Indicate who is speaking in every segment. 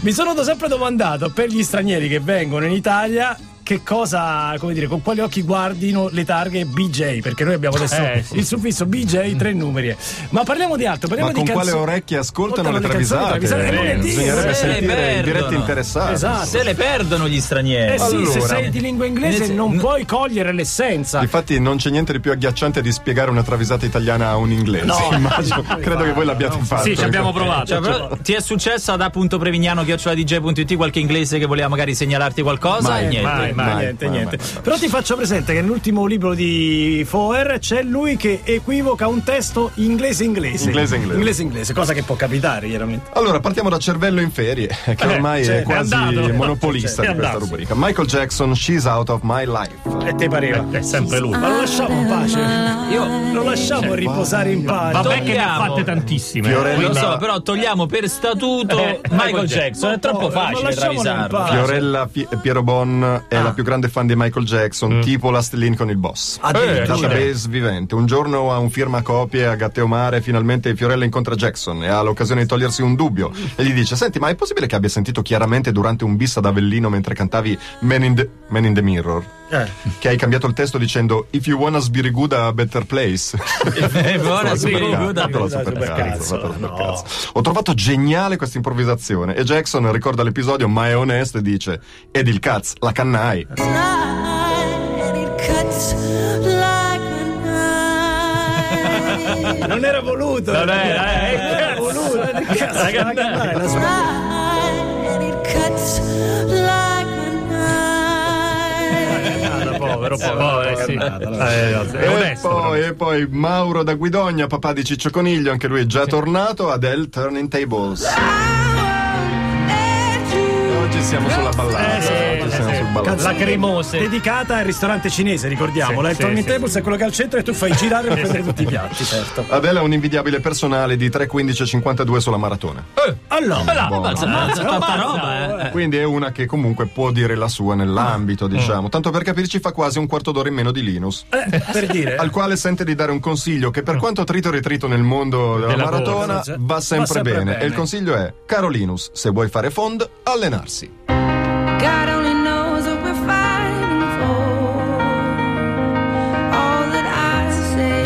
Speaker 1: Mi sono da sempre domandato per gli stranieri che vengono in Italia che cosa, come dire, con quali occhi guardino le targhe BJ, perché noi abbiamo adesso
Speaker 2: Eh, sì, Mm.
Speaker 1: il
Speaker 2: sì.
Speaker 1: suffisso BJ, tre numeri. Ma parliamo di altro,
Speaker 3: Ma
Speaker 1: parliamo
Speaker 3: con
Speaker 1: di
Speaker 3: quale
Speaker 1: canzoni.
Speaker 3: orecchie ascoltano le
Speaker 1: Ascoltano le canzoni
Speaker 3: travisate?
Speaker 1: travisate,
Speaker 3: Eh,
Speaker 1: non le dico,
Speaker 3: Bisognerebbe
Speaker 1: se le
Speaker 3: sentire i
Speaker 2: perdono.
Speaker 3: diretti interessati.
Speaker 1: Esatto.
Speaker 2: Se le perdono gli stranieri.
Speaker 1: Eh sì, se
Speaker 3: Allora.
Speaker 1: sei di lingua inglese
Speaker 2: Inizia-
Speaker 1: non
Speaker 2: n-
Speaker 1: puoi cogliere l'essenza.
Speaker 3: Infatti non c'è niente di più agghiacciante di spiegare una travisata italiana a un inglese. immagino. Credo che voi l'abbiate fatto.
Speaker 4: Sì, ci abbiamo
Speaker 2: Cioè,
Speaker 4: provato.
Speaker 2: però, ti è successo ad a.prevignano.dj.it qualche inglese che voleva magari segnalarti qualcosa?
Speaker 3: Mai,
Speaker 2: E niente.
Speaker 1: Eh, Mai, mai,
Speaker 3: Mai,
Speaker 1: niente,
Speaker 3: mai,
Speaker 1: niente.
Speaker 3: mai, mai.
Speaker 1: Però ti faccio presente che nell'ultimo libro di Foer c'è lui che equivoca un testo inglese-inglese.
Speaker 3: Inglese-inglese.
Speaker 1: Inglese-inglese, cosa che può capitare, chiaramente.
Speaker 3: Allora, partiamo da Cervello in ferie, che ormai
Speaker 1: cioè,
Speaker 3: è
Speaker 1: è Cioè,
Speaker 3: quasi
Speaker 4: andato.
Speaker 3: monopolista
Speaker 4: È
Speaker 3: di questa
Speaker 4: andato.
Speaker 3: rubrica. Michael Jackson, She's Out of My Life.
Speaker 1: E te pareva.
Speaker 4: È sempre lui.
Speaker 1: Ma lo lasciamo in pace.
Speaker 2: Io
Speaker 1: Lo lasciamo
Speaker 4: Cioè,
Speaker 1: riposare in pace.
Speaker 4: Vabbè che ne ha
Speaker 2: Togliamo.
Speaker 4: fatte tantissime.
Speaker 3: Fiorello-
Speaker 4: Quella-
Speaker 2: lo so, però togliamo per statuto
Speaker 4: Eh,
Speaker 2: Michael
Speaker 4: Michael
Speaker 2: Jackson. Eh, È troppo
Speaker 1: Ma povero, ma
Speaker 2: facile
Speaker 1: lasciamolo in
Speaker 2: travisarlo.
Speaker 1: pace.
Speaker 3: Fiorella Pi- Piero Bon è la più grande fan di Michael Jackson, tipo la Stellini con il boss. Database vivente. Un giorno a un firmacopie a Gatteomare, finalmente Fiorella incontra Jackson e ha l'occasione di togliersi un dubbio. E gli dice: Senti, ma è possibile che abbia sentito chiaramente durante un bis ad Avellino mentre cantavi Man in the, Man in the Mirror?
Speaker 4: Eh.
Speaker 3: Che hai cambiato il testo dicendo If you wanna be good a better place.
Speaker 2: Eh, buona, sì,
Speaker 3: Supercazzo,
Speaker 2: good.
Speaker 3: fatelo
Speaker 1: Dai,
Speaker 3: supercazzo,
Speaker 1: supercazzo,
Speaker 3: fatelo
Speaker 1: no.
Speaker 3: supercazzo. Ho trovato geniale questa improvvisazione e Jackson ricorda l'episodio ma è onesto e dice ed il cazzo, la cannai.
Speaker 5: and it cuts like a knife.
Speaker 1: Non era voluto.
Speaker 4: Non era, eh,
Speaker 1: Non era
Speaker 4: cazzo.
Speaker 1: voluto. eh, Cazzo,
Speaker 4: Raga,
Speaker 1: raga, dai,
Speaker 4: eh,
Speaker 1: la sua-
Speaker 5: and it cuts like a knife.
Speaker 4: Povero, povero, povero. eh, sì. Eh, È
Speaker 3: E
Speaker 4: onesto.
Speaker 3: poi,
Speaker 4: però.
Speaker 3: e poi Mauro da Guidogna, papà di Ciccio Coniglio, anche lui è già tornato ad El Turning Tables. Oggi siamo sulla ballata,
Speaker 4: Eh, sì,
Speaker 3: oggi siamo
Speaker 4: sì.
Speaker 3: sul ballato.
Speaker 1: Canzone
Speaker 4: Lacrimose.
Speaker 1: Dedicata al ristorante cinese, ricordiamolo.
Speaker 4: Sì,
Speaker 1: il Turning
Speaker 4: sì, sì.
Speaker 1: Tables è quello che ha al centro e tu fai girare per prendere tutti i piatti, certo.
Speaker 3: Adele ha un invidiabile personale di 3.15.52 sulla maratona.
Speaker 1: Allora,
Speaker 3: Buono.
Speaker 2: Ammazza, tanta
Speaker 1: oh.
Speaker 2: roba, eh.
Speaker 3: Quindi è una che comunque può dire la sua nell'ambito, diciamo. Tanto per capirci fa quasi un quarto d'ora in meno di Linus.
Speaker 1: eh, per dire.
Speaker 3: Al quale sente di dare un consiglio che per quanto trito e ritrito nel mondo della,
Speaker 4: Della
Speaker 3: maratona
Speaker 1: corsa, va
Speaker 3: va sempre,
Speaker 1: sempre
Speaker 3: bene.
Speaker 1: bene.
Speaker 3: E il consiglio è, caro Linus, se vuoi fare fond, allenarsi.
Speaker 5: God only knows what we're fighting for. All that I say.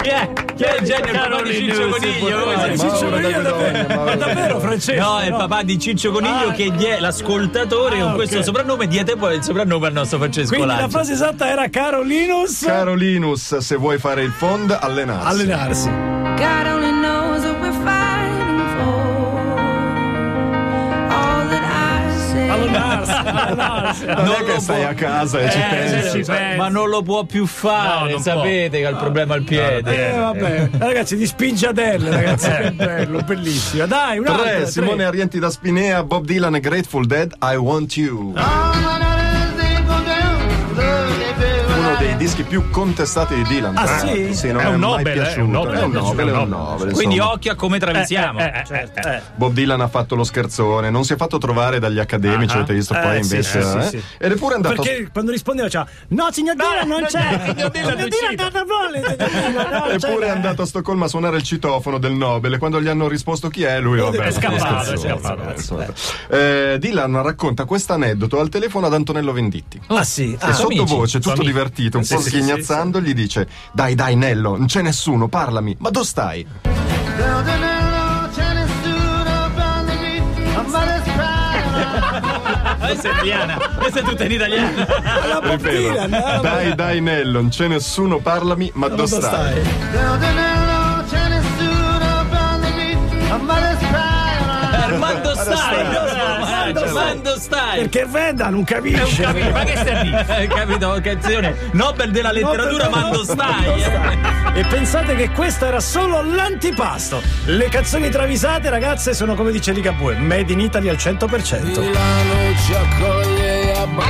Speaker 2: Chi è? Chi è il genio? Il papà di Ciccio Ah, Coniglio?
Speaker 1: Ma
Speaker 2: Cosa-
Speaker 1: Ciccio
Speaker 3: Mauro da
Speaker 1: Coniglio
Speaker 3: Guidonia,
Speaker 1: davvero,
Speaker 3: Mauro
Speaker 1: ma
Speaker 3: da
Speaker 1: davvero Francesco?
Speaker 2: No, è il
Speaker 1: no?
Speaker 2: papà di Ciccio Coniglio
Speaker 1: Ah.
Speaker 2: che gli è l'ascoltatore
Speaker 1: Ah,
Speaker 2: con questo
Speaker 1: ok.
Speaker 2: soprannome. Diete poi il soprannome al nostro Francesco
Speaker 1: Quindi la
Speaker 2: Lanza.
Speaker 1: frase esatta era caro Linus
Speaker 3: Caro Linus, se vuoi fare il fond, allenarsi.
Speaker 1: allenarsi.
Speaker 5: God only knows what we're fighting for. All that I say.
Speaker 1: Allenarsi, allenarsi.
Speaker 3: Non,
Speaker 2: Non
Speaker 3: è che
Speaker 2: lo
Speaker 3: stai
Speaker 2: può- Eh,
Speaker 3: a casa e ci pensi.
Speaker 4: sì, pensi.
Speaker 2: Ma non lo può Ah, più fare,
Speaker 4: No, non
Speaker 2: sapete che ha il problema al piede.
Speaker 1: Eh, vabbè. Ragazzi, di spingiadelle, ragazzi, che bello, bellissimo. Dai, un altro.
Speaker 3: 3. Simone Arienti da Spinea, Bob Dylan e Grateful Dead, I Want You. Uno dei dischi più contestati di Dylan.
Speaker 1: Ah,
Speaker 3: tra l'altro.
Speaker 1: sì?
Speaker 3: non
Speaker 4: È
Speaker 3: è
Speaker 4: un
Speaker 3: mai
Speaker 4: Nobel, eh,
Speaker 3: piaciuto.
Speaker 4: è un Nobel,
Speaker 3: È un
Speaker 4: è piaciuto,
Speaker 3: Nobel, è
Speaker 4: è
Speaker 3: un
Speaker 4: un
Speaker 3: Nobel,
Speaker 2: Quindi
Speaker 3: insomma.
Speaker 2: occhio a come travisiamo.
Speaker 4: Eh, eh, eh, eh.
Speaker 3: Bob Dylan ha fatto lo scherzone, non si è fatto trovare dagli accademici,
Speaker 4: Ah,
Speaker 3: avete visto
Speaker 1: eh,
Speaker 3: poi
Speaker 1: sì,
Speaker 3: invece.
Speaker 1: sì,
Speaker 3: eh?
Speaker 1: sì, sì.
Speaker 3: Ed è pure andato.
Speaker 1: Perché quando rispondeva c'era No, signor Dylan non c'è. Signor Dylan
Speaker 4: non
Speaker 1: è
Speaker 4: c'è.
Speaker 1: andato a volle, signor Dylan, no, c'è.
Speaker 3: Eppure è andato a Stoccolma a suonare il citofono del Nobel e quando gli hanno risposto chi è, lui vabbè,
Speaker 1: È scappato,
Speaker 3: scherzo,
Speaker 4: è scappato.
Speaker 3: insomma. Eh, Dylan racconta questo aneddoto al telefono ad Antonello Venditti.
Speaker 1: Ah sì, ah,
Speaker 3: e
Speaker 2: sono amici,
Speaker 3: sottovoce, tutto
Speaker 4: amici.
Speaker 3: divertito, un po'
Speaker 1: sì, sì,
Speaker 3: sghignazzando, gli dice: Dai, dai, Nello, non c'è nessuno, parlami, ma dove stai?
Speaker 2: Questa è italiana, questa è tutta in italiano.
Speaker 1: alla Bob Dylan, alla Bob-
Speaker 3: Dai, dai, Nello, non c'è nessuno, parlami, ma dove
Speaker 1: dove
Speaker 3: stai?
Speaker 1: stai?
Speaker 2: Armando stai,
Speaker 1: Armando stai.
Speaker 2: Armando stai.
Speaker 1: Perché Venda non capisce.
Speaker 2: Capito, Ma che stai a dire? Eh, Capito, canzone Nobel della letteratura, Mando stai.
Speaker 1: E pensate che questa era solo l'antipasto. Le canzoni travisate, ragazze, sono come dice Ligabue, made in Italy al 100%.
Speaker 6: Milano ci accoglie a ba-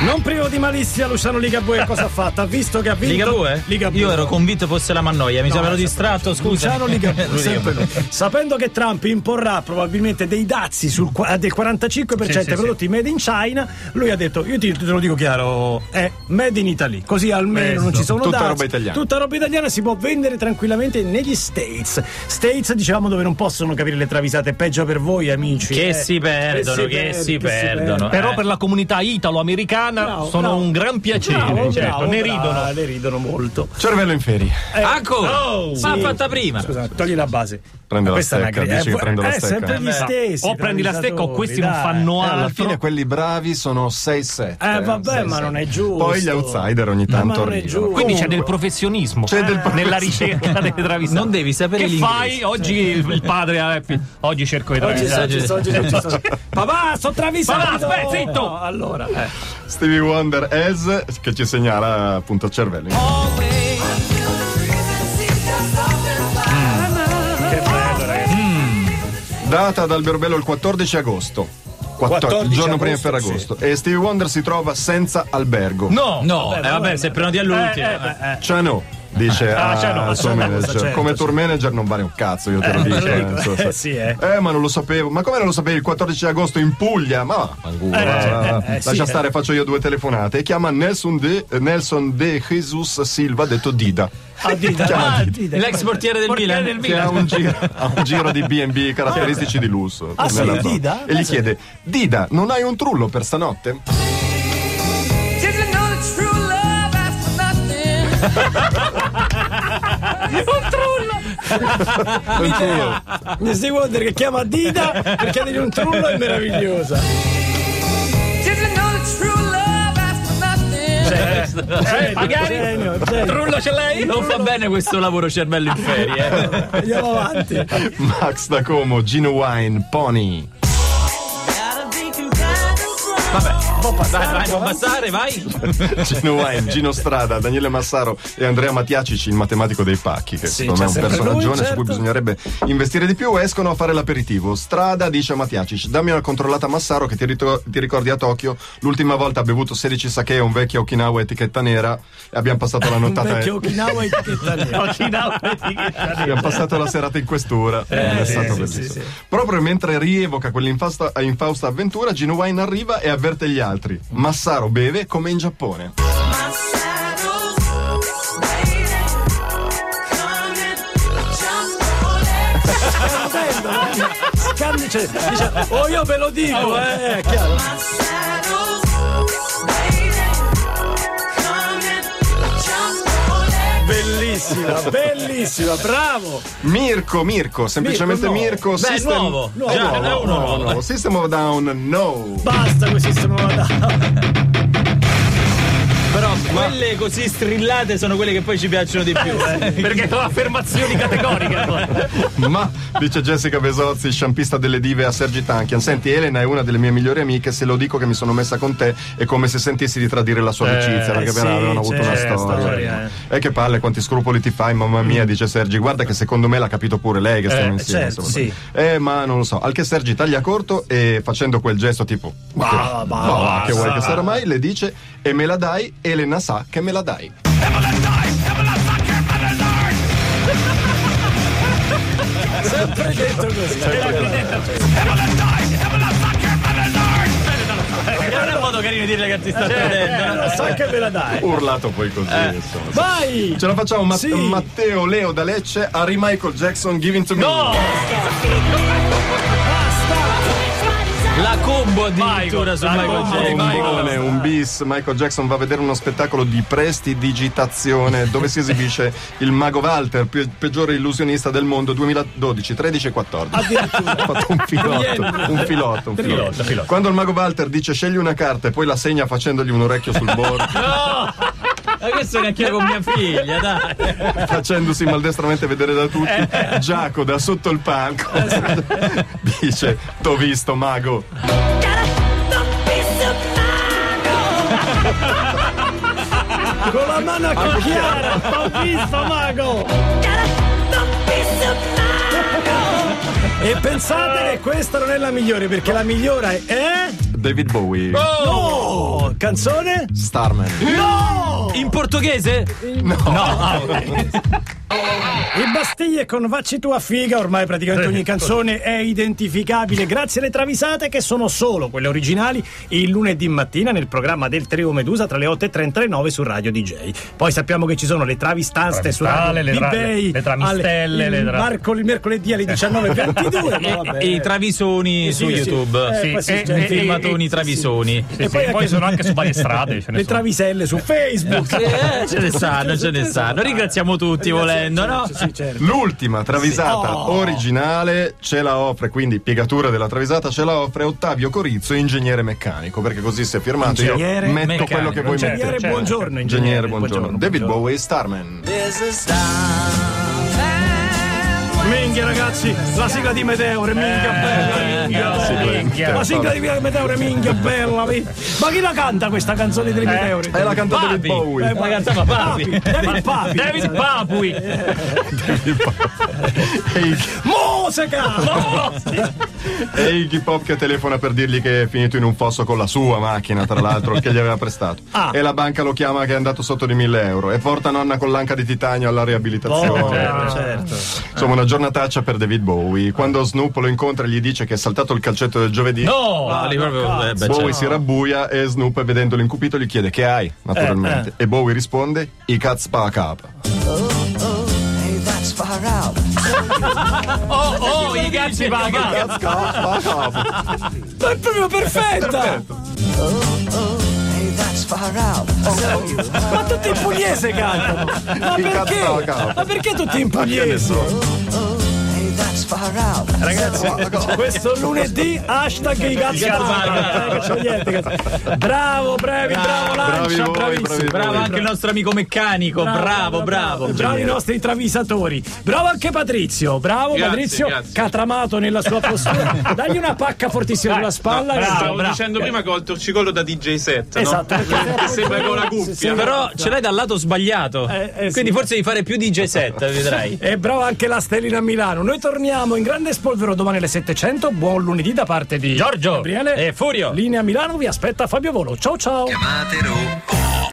Speaker 1: Non privo di malizia, Luciano Ligabue cosa ha fatto? Ha visto che ha vinto
Speaker 2: Liga esatto. 2?
Speaker 1: Liga
Speaker 2: Io ero convinto fosse la Mannoia, mi
Speaker 1: No, eh,
Speaker 2: sono ero
Speaker 1: è
Speaker 2: distratto, scusa.
Speaker 1: Luciano Ligabue,
Speaker 2: Lui,
Speaker 1: sempre
Speaker 2: vabbè.
Speaker 1: lui. Sapendo che Trump imporrà probabilmente dei dazi sul qua- eh, del 45%
Speaker 4: Sì,
Speaker 1: dei
Speaker 4: sì,
Speaker 1: prodotti made in China, lui ha detto: Io ti, te lo dico chiaro, è made in Italy. Così almeno
Speaker 2: Esatto.
Speaker 1: non ci sono
Speaker 3: Tutta
Speaker 1: dazi.
Speaker 3: roba italiana.
Speaker 1: Tutta roba italiana si può vendere tranquillamente negli States. States, diciamo, dove non possono capire le travisate. Peggio per voi, amici.
Speaker 2: Che
Speaker 1: eh.
Speaker 2: si perdono, che
Speaker 1: perde-
Speaker 2: si perdono.
Speaker 4: Però
Speaker 2: Eh.
Speaker 4: per la comunità italo-americana
Speaker 1: Bravo,
Speaker 4: sono
Speaker 1: bravo.
Speaker 4: un gran piacere.
Speaker 1: Bravo,
Speaker 4: certo.
Speaker 1: bravo,
Speaker 4: ne
Speaker 1: bravo,
Speaker 4: ridono.
Speaker 1: Ne ridono molto.
Speaker 3: Cervello in ferie.
Speaker 1: Eh,
Speaker 2: Ancora?
Speaker 4: oh,
Speaker 2: Ma
Speaker 1: sì.
Speaker 2: fatta prima.
Speaker 1: Scusa, togli la base.
Speaker 3: Prendo la
Speaker 1: Questa
Speaker 3: stecca,
Speaker 1: è una gre-
Speaker 3: dici
Speaker 1: eh,
Speaker 3: che prendo la
Speaker 1: eh,
Speaker 3: stecca?
Speaker 1: sempre gli
Speaker 2: Eh,
Speaker 1: stessi.
Speaker 4: o prendi la stecca o questi non fanno
Speaker 1: altro.
Speaker 4: altro.
Speaker 3: Ah, Alla fine quelli bravi sono 6-7.
Speaker 1: Eh, vabbè, ma non è giusto.
Speaker 3: Poi gli outsider ogni
Speaker 1: Ma
Speaker 3: tanto
Speaker 1: non è
Speaker 3: arrivano.
Speaker 1: giusto.
Speaker 4: Quindi c'è
Speaker 1: Comunque.
Speaker 4: del professionismo
Speaker 3: C'è del
Speaker 4: nella
Speaker 3: professionismo.
Speaker 4: ricerca delle travisate.
Speaker 2: Ah. Non devi sapere
Speaker 4: che
Speaker 2: l'inglese.
Speaker 4: fai? Oggi il, il padre ha detto, oggi cerco i
Speaker 1: Oggi
Speaker 4: travisati.
Speaker 1: oggi- oggi- oggi- oggi- Papà, sto travisato!
Speaker 4: Esatto. Papà, aspetta, zitto!
Speaker 1: No, allora, eh.
Speaker 3: Stevie Wonder as che ci segnala appunto cervello. in-
Speaker 1: che bello, ragazzi.
Speaker 3: Data ad Alberobello il 14 agosto. 14,
Speaker 1: 14
Speaker 3: il giorno prima di
Speaker 1: agosto,
Speaker 3: Ferragosto. E Stevie Wonder si trova senza albergo.
Speaker 4: No,
Speaker 2: No, eh, vabbè, se prenoti all'ultimo.
Speaker 3: Ciano dice a-
Speaker 4: Ciano,
Speaker 3: al suo
Speaker 1: Ah, Ciano,
Speaker 3: manager.
Speaker 1: certo,
Speaker 3: Come
Speaker 1: certo.
Speaker 3: tour manager non vale un cazzo, io te lo dico.
Speaker 1: lo dico,
Speaker 3: nel senso-
Speaker 1: eh, sì, eh.
Speaker 3: ma non lo sapevo. Ma come non lo sapevi? Il 14 agosto in Puglia. Ma va, fanculo, va,
Speaker 1: eh, eh,
Speaker 3: lascia
Speaker 1: sì,
Speaker 3: stare, faccio io due telefonate. E chiama Nelson De, eh, Nelson De Jesus Silva, detto Dida.
Speaker 1: A dita, a dita.
Speaker 2: L'ex portiere del
Speaker 4: Portiere
Speaker 2: Milan.
Speaker 4: del
Speaker 3: Che ha un giro, ha un giro di BB caratteristici di lusso.
Speaker 1: Ah, sì,
Speaker 3: nella zona.
Speaker 1: Dida?
Speaker 3: E gli chiede: Dida, non hai un trullo per stanotte? Un trullo.
Speaker 1: Mi si Wonder Ah, che chiama Dita perché ha un trullo è meravigliosa.
Speaker 4: eh, magari
Speaker 1: Genio, genio.
Speaker 4: trullo ce l'hai?
Speaker 2: Cioè, Non fa bene questo lavoro cervello in ferie. eh.
Speaker 1: Andiamo avanti.
Speaker 3: Max da Como, Gino Wine, Pony.
Speaker 2: Vabbè, dai, vai, non passare, vai.
Speaker 3: Gino Wine, Gino Strada, Daniele Massaro e Andrea Mattiacici, il matematico dei pacchi, che secondo me
Speaker 1: c'è
Speaker 3: è un
Speaker 1: sempre
Speaker 3: personaggio
Speaker 1: lui, certo.
Speaker 3: su cui bisognerebbe investire di più, escono a fare l'aperitivo. Strada dice a Mattiacici, dammi una controllata a Massaro che ti, ritro- ti ricordi a Tokyo, l'ultima volta ha bevuto 16 sake e un vecchio Okinawa etichetta nera e abbiamo passato la
Speaker 1: Un
Speaker 3: nottata...
Speaker 1: vecchio Okinawa e etichetta nera.
Speaker 3: Abbiamo passato la serata in questura. è
Speaker 1: Eh, sì,
Speaker 3: stato
Speaker 1: sì,
Speaker 3: bellissimo.
Speaker 1: sì, sì.
Speaker 3: Proprio mentre rievoca quell'infausta infausta avventura, Gino Wine arriva e avverte gli altri. Massaro beve come in Giappone.
Speaker 1: Scandi, cioè, dice, oh io ve lo dico, eh, è chiaro. Bellissima, bellissima, bravo.
Speaker 3: Mirko, Mirko, semplicemente
Speaker 1: Mirko,
Speaker 3: Mirko.
Speaker 2: Beh,
Speaker 3: System...
Speaker 2: nuovo.
Speaker 3: È
Speaker 2: Già,
Speaker 3: nuovo,
Speaker 2: è uno
Speaker 3: nuovo,
Speaker 2: nuovo.
Speaker 3: nuovo. System of a Down, no.
Speaker 1: Basta così sono andata.
Speaker 2: Però quelle così strillate sono quelle che poi ci piacciono di più. eh.
Speaker 4: Perché sono affermazioni categoriche.
Speaker 3: Ma, dice Jessica Besozzi, sciampista delle dive a Sergi Tankian. Senti, Elena è una delle mie migliori amiche. Se lo dico che mi sono messa con te, è come se sentissi di tradire la sua amicizia. perché
Speaker 1: Eh, sì, certo,
Speaker 3: avevano avuto una
Speaker 1: c'è,
Speaker 3: storia.
Speaker 4: storia,
Speaker 1: eh.
Speaker 3: E che palle, quanti scrupoli ti fai, mamma mia, dice Sergi. Guarda che secondo me l'ha capito pure lei che stiamo insieme.
Speaker 1: Mm. certo,
Speaker 3: insomma. Eh, ma non lo so. Al che Sergi taglia corto e facendo quel gesto tipo. Ma che-
Speaker 1: bah,
Speaker 3: ma che vuoi che sarà mai? Le dice e me la dai, Elena sa che me la dai.
Speaker 1: Sempre detto così.
Speaker 2: Non è un modo carino di dirle che ti sta
Speaker 1: Eh,
Speaker 2: prendendo.
Speaker 1: lo so che me la dai.
Speaker 3: Urlato poi così,
Speaker 1: Eh.
Speaker 3: insomma.
Speaker 1: Vai!
Speaker 3: Ce la facciamo, Ma-
Speaker 1: Sì.
Speaker 3: Matteo Leo da Lecce, Harry Michael Jackson, Giving to Me.
Speaker 2: La combo addirittura su Michael
Speaker 4: combo
Speaker 2: Jackson.
Speaker 4: di Michael.
Speaker 3: Bombone, un bis. Michael Jackson va a vedere uno spettacolo di prestidigitazione dove si esibisce il mago Walter, pe- peggiore illusionista del mondo 2012, 13 e 14. Ha fatto un filotto, un filotto, un filotto. Quando il mago Walter dice scegli una carta e poi la segna facendogli un orecchio sul bordo,
Speaker 2: Ma questo neanche io con mia figlia, dai.
Speaker 3: facendosi maldestramente vedere da tutti, Giaco da sotto il palco dice t'ho visto mago.
Speaker 1: Con la mano a Ah, chiara! Ho visto mago! E Eh. pensate che questa non è la migliore, perché la migliore è.
Speaker 3: David Bowie.
Speaker 1: No! Abbiamo Oh, canzone.
Speaker 3: Starman.
Speaker 2: In portoghese?
Speaker 3: No.
Speaker 1: E Bastiglie con Vacci tua figa, ormai praticamente
Speaker 4: Eh.
Speaker 1: ogni canzone è identificabile grazie alle travisate che sono solo quelle originali il lunedì mattina nel programma del Trio Medusa tra le 8.30 e le 9 su Radio DJ. Poi sappiamo che ci sono le travistanze su Radio
Speaker 4: Travistale, le tra-
Speaker 1: DJ,
Speaker 4: le tramistelle,
Speaker 1: alle- il
Speaker 4: le tra-
Speaker 1: Marco il mercoledì alle 19.22. ma vabbè.
Speaker 2: E Eh, i travisoni su
Speaker 1: sì, sì.
Speaker 2: YouTube.
Speaker 1: Eh,
Speaker 4: Sì,
Speaker 1: poi si
Speaker 4: e-
Speaker 1: gente-
Speaker 4: e- e-
Speaker 2: Filmatoni
Speaker 4: sì,
Speaker 2: travisoni.
Speaker 4: Sì, sì, poi sono anche su varie strade. Ce ne
Speaker 1: le
Speaker 4: sono.
Speaker 1: traviselle su Facebook.
Speaker 2: Eh, ce ne sanno, ce ne sanno. Ringraziamo tutti volendo, no?
Speaker 1: Sì, certo.
Speaker 3: L'ultima travisata
Speaker 1: Oh!
Speaker 3: originale ce la offre, quindi piegatura della travisata, ce la offre Ottavio Corizzo, ingegnere meccanico, perché così se firmato
Speaker 1: Ingegnere
Speaker 3: io metto
Speaker 2: meccanico,
Speaker 3: quello che vuoi
Speaker 1: Ingegnere,
Speaker 3: mettere.
Speaker 1: buongiorno,
Speaker 3: Ingegnere, buongiorno. David
Speaker 1: buongiorno.
Speaker 3: Bowie, Starman.
Speaker 1: Minchia ragazzi, la sigla di Meteore, minchia bella, minchia
Speaker 3: sigla di
Speaker 1: bella. La
Speaker 3: Meteore.
Speaker 1: sigla di Meteore, minchia bella. minchia. Ma chi la canta questa canzone dei Meteori?
Speaker 3: È la cantante David
Speaker 2: Papi.
Speaker 3: Bowie.
Speaker 1: Eh, ma-
Speaker 2: La cantava Papi.
Speaker 1: David Papi.
Speaker 4: David Papui.
Speaker 3: Ehi,
Speaker 1: Musica!
Speaker 3: E Iggy Pop che telefona per dirgli che è finito in un fosso con la sua macchina, tra l'altro, che gli aveva prestato.
Speaker 1: Ah.
Speaker 3: E la banca lo chiama che è andato sotto di 1000 euro. E porta nonna con l'anca di titanio alla riabilitazione.
Speaker 1: Certo, certo.
Speaker 3: Insomma, una giornataccia per David Bowie. Quando Snoop lo incontra e gli dice che è saltato il calcetto del giovedì.
Speaker 4: No.
Speaker 2: No, lì proprio, eh, beh,
Speaker 3: Bowie
Speaker 2: certo.
Speaker 3: si rabbuia e Snoop, vedendolo incupito, gli chiede che hai, naturalmente. E Bowie risponde: I cats pa capa.
Speaker 2: Oh, oh, i gatti va, va.
Speaker 3: Cats pa capa.
Speaker 1: Ma è proprio perfetta! Ma tutti in pugliese cantano! Ma
Speaker 3: I cazzo,
Speaker 1: perché?
Speaker 3: cavolo.
Speaker 1: Ma perché tutti in pugliese? Ragazzi, questo lunedì hashtag i cazzi
Speaker 2: Cazzo
Speaker 1: alla-
Speaker 2: alla-
Speaker 1: Eh, che c'ho niente, cazzo. Bravo, bravi, bravo
Speaker 3: Bravi
Speaker 1: Lancia,
Speaker 3: voi,
Speaker 1: bravissimo.
Speaker 3: bravi
Speaker 2: Bravo
Speaker 3: voi.
Speaker 2: anche il nostro amico meccanico, bravo, bravo.
Speaker 1: Bravi i nostri travisatori. Bravo anche Patrizio. Bravo
Speaker 6: Grazie,
Speaker 1: Patrizio,
Speaker 6: grazie.
Speaker 1: catramato nella sua postura. Dagli una pacca fortissima sulla spalla. eh. che-
Speaker 6: Stavo
Speaker 2: bravo.
Speaker 6: dicendo prima che ho il torcicollo da DJ set, no?
Speaker 1: Esatto, perché-
Speaker 6: Che sembra con la
Speaker 1: Sì,
Speaker 6: cuffia.
Speaker 1: sì.
Speaker 2: Però ce l'hai dal lato sbagliato.
Speaker 1: Eh, eh, sì.
Speaker 2: Quindi forse devi fare più DJ set, vedrai.
Speaker 1: E bravo anche la Stellina a Milano. Noi torniamo in grande spolvero domani alle 700. Buon lunedì da parte di
Speaker 2: Giorgio
Speaker 1: Gabriele
Speaker 2: e Eh, Furio.
Speaker 1: Linea Milano vi aspetta Fabio Volo. Ciao ciao.
Speaker 7: Chiamatelo